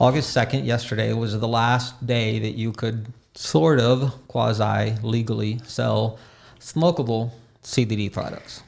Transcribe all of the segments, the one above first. August 2nd, yesterday, was the last day that you could sort of quasi legally sell smokable CBD products.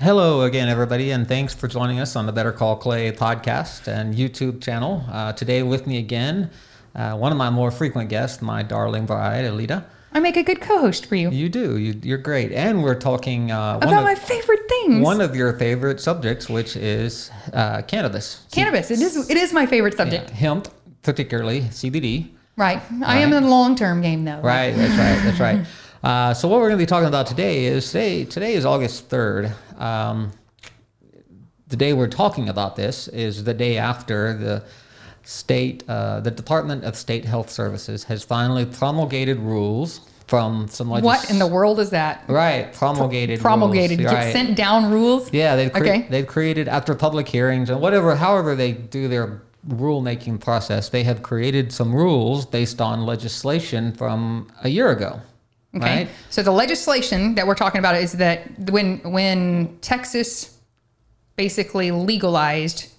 Hello again, everybody, and thanks for joining us on the Better Call Clay podcast and YouTube channel. Uh, today, with me again, uh, one of my more frequent guests, my darling bride, Alita. I make a good co-host for you. You do. You, you're great. And we're talking uh, one, About of, my favorite things. one of your favorite subjects, which is uh, cannabis. cannabis. It is it is my favorite subject. Yeah, hemp, particularly CBD. Right. I am Right. in the long term game though. Right, that's right, that's right. Uh, so what we're going to be talking about today is today. Today is August third. Um, the day we're talking about this is the day after the state, uh, the Department of State Health Services has finally promulgated rules from some legis- What in the world is that? right promulgated Promulgated, rules, get right. sent down rules. Yeah, they've, cre- Okay. they've created after public hearings and whatever, however they do their rulemaking process, they have created some rules based on legislation from a year ago. Okay. Right? So the legislation that we're talking about is that when when Texas basically legalized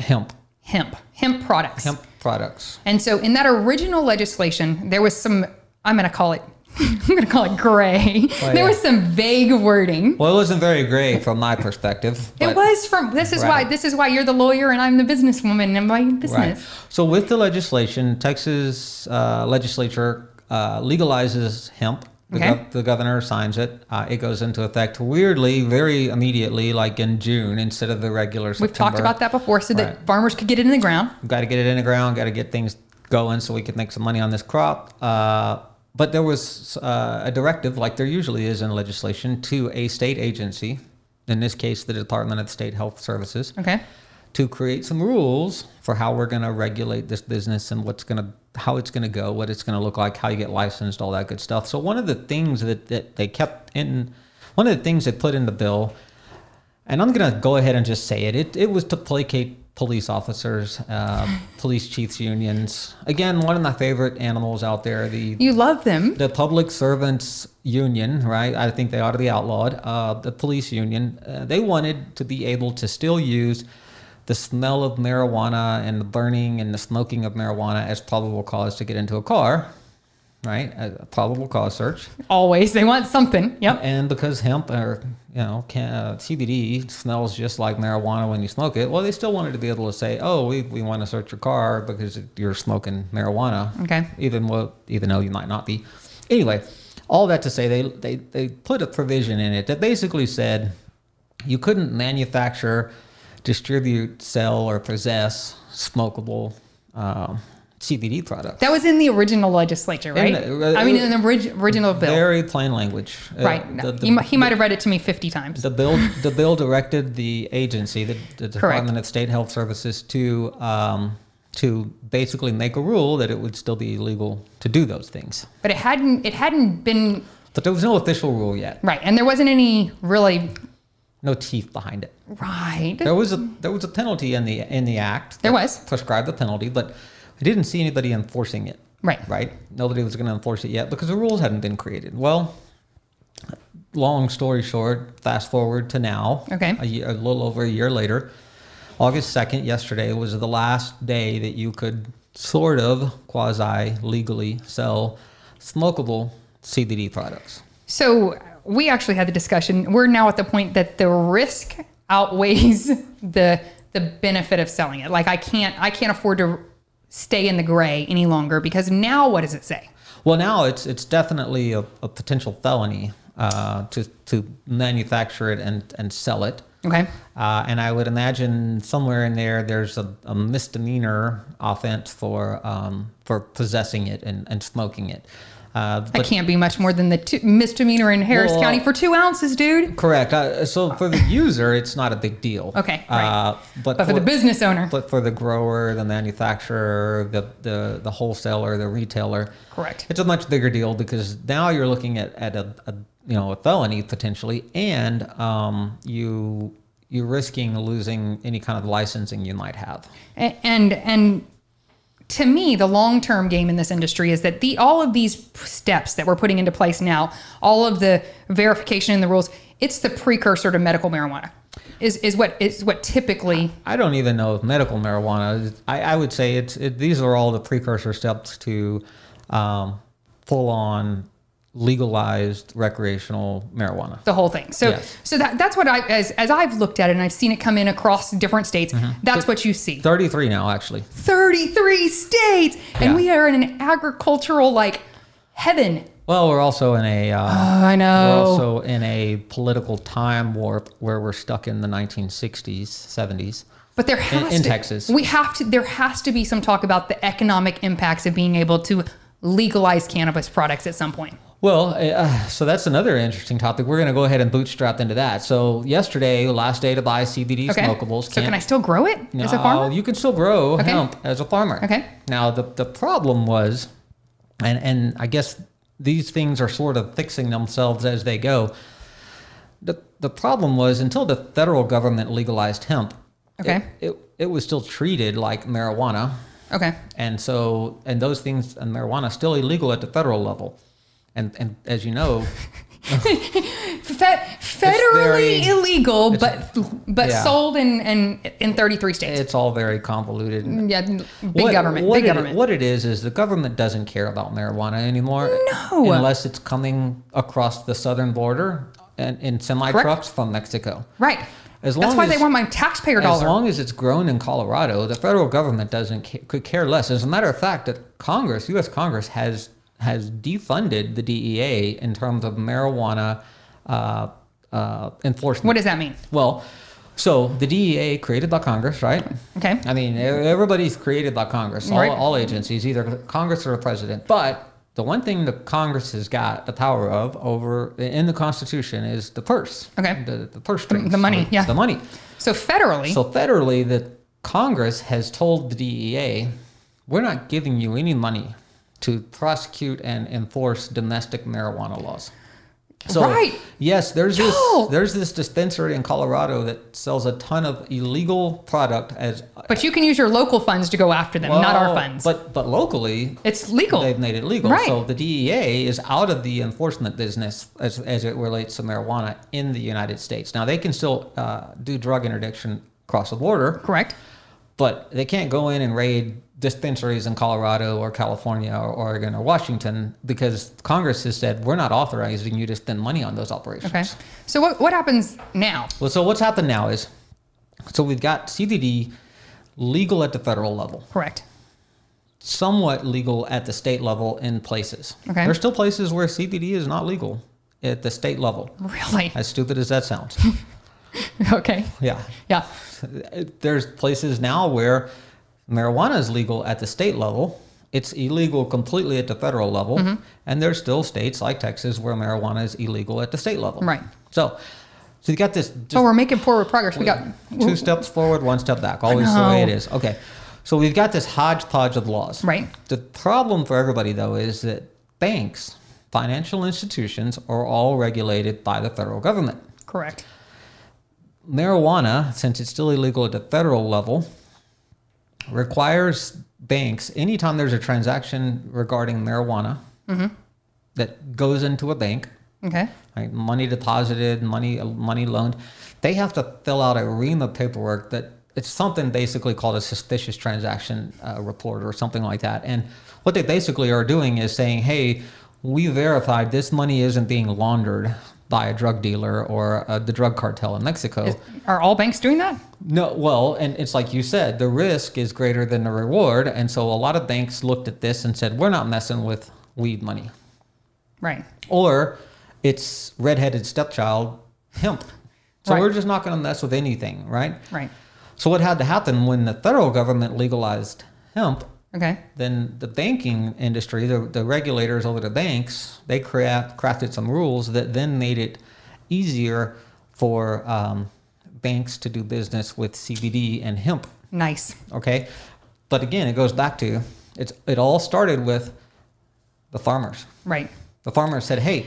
Hemp, hemp, hemp products. hemp products. And so in that original legislation, there was some I'm going to call it I'm going to call it gray. Oh, yeah. There was some vague wording. Well, it wasn't very great from my perspective. It but- was from this is why Right. this is why you're the lawyer and I'm the businesswoman and my Right. business. So, with the legislation, Texas uh, legislature uh, legalizes hemp. The, Okay. gov- the governor signs it. Uh, it goes into effect weirdly, very immediately, like in June instead of the regular We've September. talked about that before, so Right. that farmers could get it in the ground. got to get it in the ground, got to get things going so we can make some money on this crop. Uh, but there was uh, a directive, like there usually is in legislation, to a state agency, in this case, the Department of State Health Services, Okay. to create some rules for how we're going to regulate this business and what's going to, how it's going to go, what it's going to look like, how you get licensed, all that good stuff. So one of the things that, that they kept in, one of the things they put in the bill and I'm gonna go ahead and just say it. It, it was to placate police officers, uh, police chiefs unions. Again, one of my favorite animals out there, the You love them. the public servants union. Right, I think they ought to be outlawed. Uh, the police union. Uh, they wanted to be able to still use the smell of marijuana and the burning and the smoking of marijuana as probable cause to get into a car. Right, a probable cause search. Always. They want something. Yep. And because hemp or you know can, uh, CBD smells just like marijuana when you smoke it, well, they still wanted to be able to say, "Oh, we, we want to search your car because you're smoking marijuana." Okay. Even well, even though you might not be. Anyway, all that to say, they they they put a provision in it that basically said you couldn't manufacture, distribute, sell, or possess smokable um, CBD products. That was in the original legislature, right? the- I mean, in the orig- original bill, Very plain language. Uh, right? the- the- he, mi- he might have read it to me 50 times. The bill, the bill directed the agency, the, the Department of State Health Services, to um, to basically make a rule that it would still be illegal to do those things. but it hadn't. It hadn't been But there was no official rule yet, right, and there wasn't any really no teeth behind it. right. There was a there was a penalty in the in the act. There that was. prescribed the penalty, but I didn't see anybody enforcing it. Right. Right. Nobody was going to enforce it yet because the rules hadn't been created. Well, long story short, fast forward to now. Okay. A, year, a little over a year later, August second, yesterday was the last day that you could sort of quasi legally sell smokable CBD products. So we actually had the discussion. We're now at the point that the risk outweighs the the benefit of selling it. Like I can't I can't afford to stay in the gray any longer because now what does it say? Well, now it's it's definitely a, a potential felony uh, to to manufacture it and and sell it. Okay. Uh, and I would imagine somewhere in there, there's a, a misdemeanor offense for um, for possessing it and, and smoking it. Uh, I can't be much more than the two, misdemeanor in Harris Well, County for two ounces, dude. correct. Uh, so for the user, it's not a big deal. Okay, right. Uh, but, But for the business owner, but for the grower, the manufacturer, the, the, the wholesaler, the retailer, correct. It's a much bigger deal because now you're looking at, at a, a you know a felony potentially, and um, you you're risking losing any kind of licensing you might have. A- And and to me, the long term game in this industry is that the all of these steps that we're putting into place now, all of the verification and the rules, it's the precursor to medical marijuana. Is is what is what typically I don't even know if medical marijuana. is- I, I would say it's it, these are all the precursor steps to um, full on legalized recreational marijuana. the whole thing. So Yes. so that that's what I as as I've looked at it and I've seen it come in across different states. That's what you see. Thirty three now, actually. 33 states and Yeah. we are in an agricultural like heaven. Well, we're also in a uh, I we're know. also in a political time warp where we're stuck in the 1960s, 70s. But there has in to, Texas. We have to. There has to be some talk about the economic impacts of being able to legalize cannabis products at some point. Well, uh, so that's another interesting topic. We're going to go ahead and bootstrap into that. So yesterday, last day to buy CBD Okay. smokables. so can Can't- I still grow it as a farmer? No, you can still grow Okay. hemp as a farmer. Okay. Now the the problem was, and and I guess these things are sort of fixing themselves as they go. The the problem was until the federal government legalized hemp. Okay. It, it, it was still treated like marijuana, Okay. and so and those things and marijuana still illegal at the federal level, and and as you know, Fe- federally very- illegal, but but yeah. sold in, in in 33 states. it's all very convoluted. yeah, big What- government. What big it, government. What it is is the government doesn't care about marijuana anymore. No. unless it's coming across the southern border and in semi trucks from Mexico. right. As That's long why as- they want my taxpayer As dollar. long as it's grown in Colorado, the federal government doesn't ca- could care less. As a matter of fact, that Congress, U.S. Congress, has has defunded the DEA in terms of marijuana uh, uh, enforcement. what does that mean? Well, so the DEA created by Congress, right? Okay. I mean, e- everybody's created by Congress, all, Right. all agencies, either Congress or the president. But the one thing that Congress has got the power of over in the Constitution is the purse. Okay. The, the purse strings. the money, yeah. The money. So federally, So federally, the Congress has told the DEA, we're not giving you any money to prosecute and enforce domestic marijuana laws. So Right. yes, there's this Yo. there's this dispensary in Colorado that sells a ton of illegal product as but you can use your local funds to go after them, not Well, our funds. But but locally, it's legal. they've made it legal. Right. So the DEA is out of the enforcement business as, as it relates to marijuana in the United States. Now they can still uh, do drug interdiction across the border, Correct. but they can't go in and raid dispensaries in Colorado or California or Oregon or Washington because Congress has said we're not authorizing you to spend money on those operations. Okay. So what what happens now? Well, so what's happened now is, so we've got CDD legal at the federal level. Correct. somewhat legal at the state level in places. Okay. There's still places where CBD is not legal at the state level. Really? As stupid as that sounds. Okay. yeah. Yeah. There's places now where marijuana is legal at the state level. It's illegal completely at the federal level. Mm-hmm. And there's still states like Texas where marijuana is illegal at the state level. Right. So, so you got this So we're making forward progress. We got two steps forward, one step back. Always the way it is. Okay. So we've got this hodgepodge of laws. Right. The problem for everybody, though, is that banks, financial institutions, are all regulated by the federal government. correct. Marijuana, since it's still illegal at the federal level, requires banks, anytime there's a transaction regarding marijuana that goes into a bank, Okay. right? money deposited, money money loaned, they have to fill out a ream of paperwork that it's something basically called a suspicious transaction uh, report or something like that. And what they basically are doing is saying, hey, we verified this money isn't being laundered by a drug dealer or uh, the drug cartel in Mexico. Are all banks doing that? No, well, and it's like you said, the risk is greater than the reward, and so a lot of banks looked at this and said, "We're not messing with weed money." Right. or it's redheaded stepchild hemp. So Right. we're just not going to mess with anything, right? Right. So what had to happen when the federal government legalized hemp? Okay. Then the banking industry, the, the regulators over the banks, they craft, crafted some rules that then made it easier for um, banks to do business with CBD and hemp Nice. okay but again it goes back to it's it all started with the farmers Right. the farmers said hey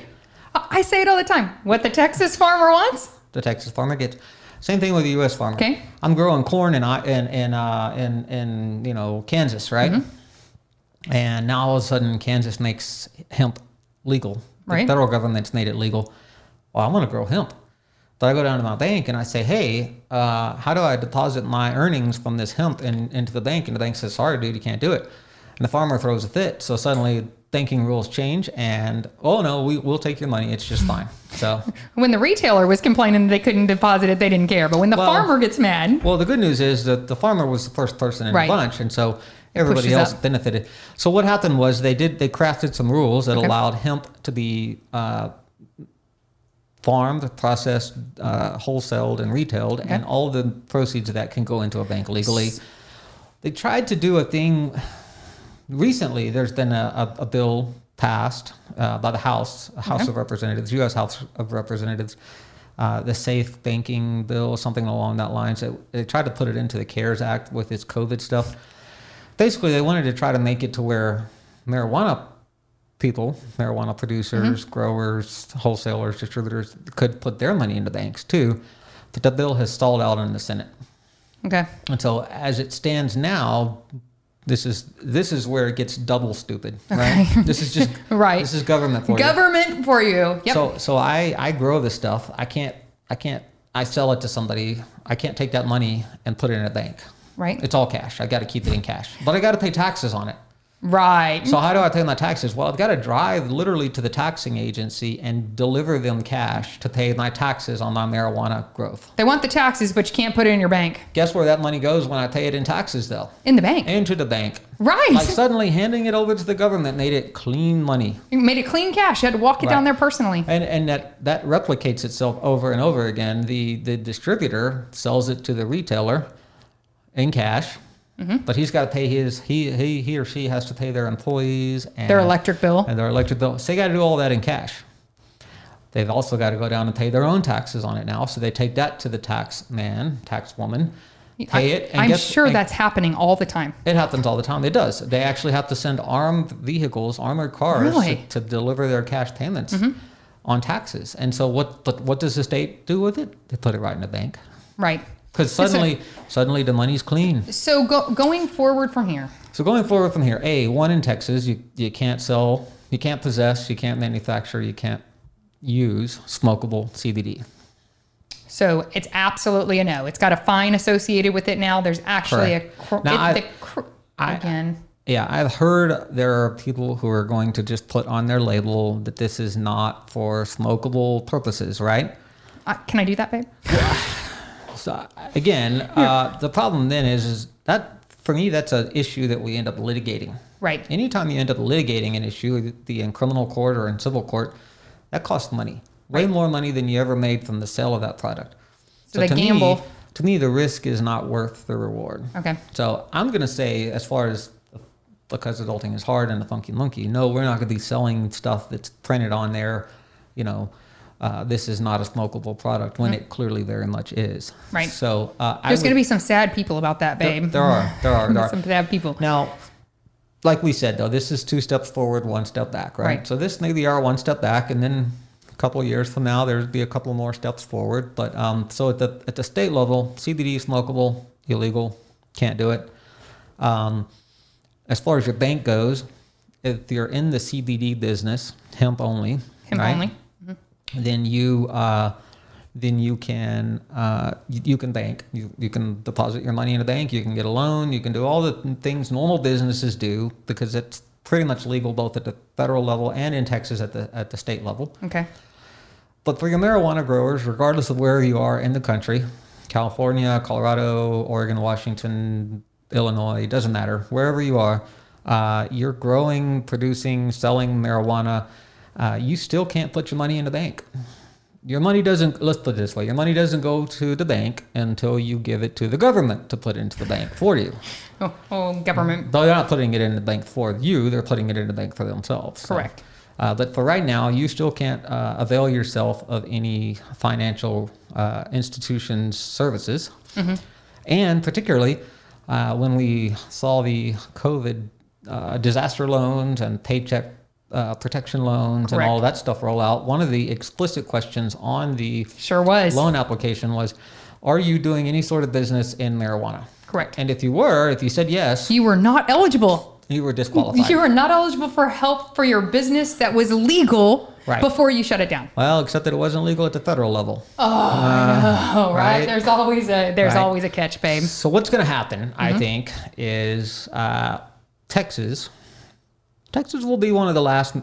I I say it all the time. What the Texas farmer wants. the Texas farmer gets. Same thing with the U.S. farmer. Okay. I'm growing corn in I in in uh, in, in you know Kansas, right? Mm-hmm. And now all of a sudden, Kansas makes hemp legal. Right. The federal government's made it legal. Well, I want to grow hemp. So I go down to my bank and I say, hey, uh, how do I deposit my earnings from this hemp in, into the bank? And the bank says, sorry, dude, you can't do it. And the farmer throws a fit. So suddenly, banking rules change and, oh, no, we, we'll take your money. It's just fine. So, When the retailer was complaining they couldn't deposit it, they didn't care. But when the Well- farmer gets mad, well, the good news is that the farmer was the first person in Right. the bunch. And so everybody pushes else up. benefited. So what happened was they did, they crafted some rules that Okay. allowed hemp to be uh, farmed, processed, uh, wholesaled, and retailed, and all the proceeds of that can go into a bank legally. They tried to do a thing recently. There's been a, a, a bill passed uh, by the House, House of Representatives, U.S. House of Representatives, uh, the Safe Banking Bill, something along that lines. They, they tried to put it into the CARES Act with its COVID stuff. Basically, they wanted to try to make it to where marijuana people, marijuana producers, Mm-hmm. growers, wholesalers, distributors could put their money into banks too. But the bill has stalled out in the Senate. okay, And so as it stands now, this is this is where it gets double stupid, right? This is just Right. This is government for you. government for you. Yep. So so I I grow this stuff. I can't I can't I sell it to somebody. I can't take that money and put it in a bank. right. It's all cash. I got to keep it in cash, but I got to pay taxes on it. Right. So how do I pay my taxes? Well, I've got to drive literally to the taxing agency and deliver them cash to pay my taxes on my marijuana growth. they want the taxes, but you can't put it in your bank. Guess where that money goes when I pay it in taxes though? In the bank. Into the bank. right. Like suddenly handing it over to the government made it clean money. you made it clean cash. You had to walk it down Right. there personally. And and that, that replicates itself over and over again. The the distributor sells it to the retailer in cash. But he's got to pay his he he he or she has to pay their employees and uh, Their electric bill. and their electric bill. So they got to do all that in cash. They've also got to go down and pay their own taxes on it now. So they take that to the tax man, tax woman, pay it. And I'm guess- sure and that's happening all the time. it happens all the time. It does. They actually have to send armed vehicles, armored cars, Really? Mm-hmm. to, to deliver their cash payments on taxes. And so, what? But what does the state do with it? They put it right in the bank Right. because And so- suddenly, suddenly the money's clean. So go, going forward from here, So going forward from here, a one in Texas, you you can't sell, you can't possess, you can't manufacture, you can't use smokable CBD. so it's absolutely a no. It's got a fine associated with it now. There's actually Correct. a cr- Now, it- I- the cr- I- again. Yeah, I've heard there are people who are going to just put on their label that this is not for smokable purposes, right? Uh, can I do that, babe? So again, uh, the problem then is, is that for me that's an issue that we end up litigating. Right. Anytime you end up litigating an issue, the in criminal court or in civil court, that costs money, way more money than you ever made from the sale of that product. So they gamble. Me, to me, the risk is not worth the reward. Okay. So I'm gonna say, as far as because adulting is hard and the funky monkey, no, we're not gonna be selling stuff that's printed on there. You know, uh, this is not a smokable product when it clearly very much is. Mm-hmm. Right. So uh, I There's would- going to be some sad people about that, There, babe. there are there are there are. some sad people. Now, like we said though, this is two steps forward, one step back, right? Right. So this maybe are one step back, and then a couple of years from now, there'd be a couple more steps forward. But um, so at the at the state level, CBD is smokable, illegal, can't do it. Um, as far as your bank goes, if you're in the CBD business, hemp only, Him right? Mm-hmm. only. then you uh, then you can uh, you, you can bank you, you can deposit your money in a bank you can get a loan you can do all the things normal businesses do because it's pretty much legal both at the federal level and in Texas at the at the state level Okay. but for your marijuana growers regardless of where you are in the country California Colorado Oregon Washington Illinois doesn't matter wherever you are uh, you're growing producing selling marijuana uh, you still can't put your money in the bank your money doesn't let's put it this way your money doesn't go to the bank until you give it to the government to put into the bank for you Oh, oh, government. though they're not putting it in the bank for you they're putting it in the bank for themselves So, Correct. uh, but for right now you still can't uh, avail yourself of any financial uh, institutions services Mm-hmm. and particularly uh, when we saw the covid uh, disaster loans and paycheck uh, protection loans and all that stuff roll out one of the explicit questions on the Sure was. loan application was are you doing any sort of business in marijuana Correct. and if you were if you said yes You were not eligible. You were disqualified. You are not eligible for help for your business that was legal Right. before you shut it down. well, except that it wasn't legal at the federal level. Oh, right. Right. There's always a there's Right. always a catch, babe. So what's going to happen, Mm-hmm. I think, is uh, Texas. Texas will be one of the last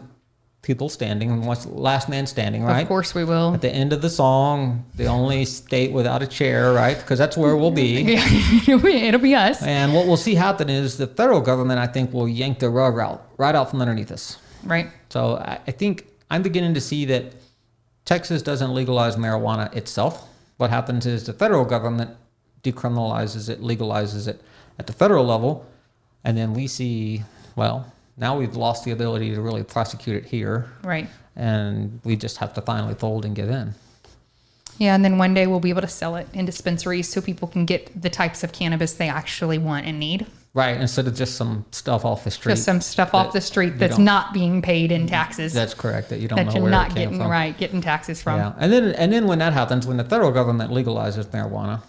people standing, what's- last man standing, right? Of course we will. At the end of the song, the only state without a chair, right? Because that's where we'll be. it'll, be, it'll be us. And what we'll see happen is the federal government, I think, will yank the rug out right out from underneath us. Right. So I, I think I'm beginning to see that Texas doesn't legalize marijuana itself. What happens is the federal government decriminalizes it, legalizes it at the federal level, and then we see, well, now we've lost the ability to really prosecute it here, Right. and we just have to finally fold and give in. Yeah, and then one day we'll be able to sell it in dispensaries so people can get the types of cannabis they actually want and need. Right, instead of just some stuff off the street. Just some stuff off the street that's don't- not being paid in taxes. that's correct that you don't that know you're where not it came getting from. right, getting taxes from. Yeah, and then and then when that happens, when the federal government legalizes marijuana,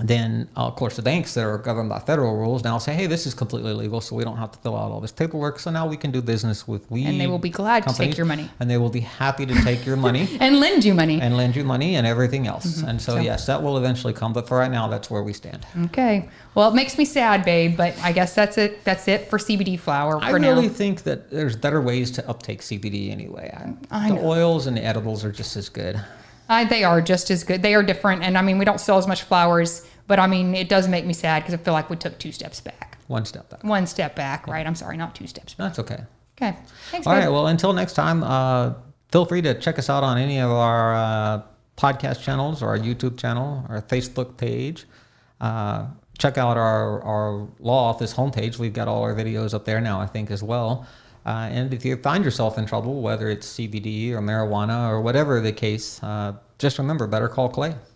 then uh, of course the banks that are governed by federal rules now say, hey, this is completely legal, so we don't have to fill out all this paperwork. So now we can do business with weed. And they will be glad to take companies, your money. and they will be happy to take your money And lend you money. and lend you money and everything else. And so, Mm-hmm. so- yes, that will eventually come, but for right now, that's where we stand. okay. Well, it makes me sad, babe, but I guess that's it. That's it for CBD flower I for now. really think that there's better ways to uptake CBD anyway. I, I the know. oils and the edibles are just as good. I, Uh, they are just as good. They are different, and I mean, we don't sell as much flowers, but I mean, it does make me sad because I feel like we took two steps back, One step back. one step back. Right? I'm sorry, not two steps. back. That's okay. Okay. Thanks, All babe. right. Well, until next time, uh, feel free to check us out on any of our uh, podcast channels, or our YouTube channel, our Facebook page. Uh, check out our, our law office homepage. We've got all our videos up there now, I think, as well. Uh, and if you find yourself in trouble, whether it's CBD or marijuana or whatever the case, uh, just remember better call Clay.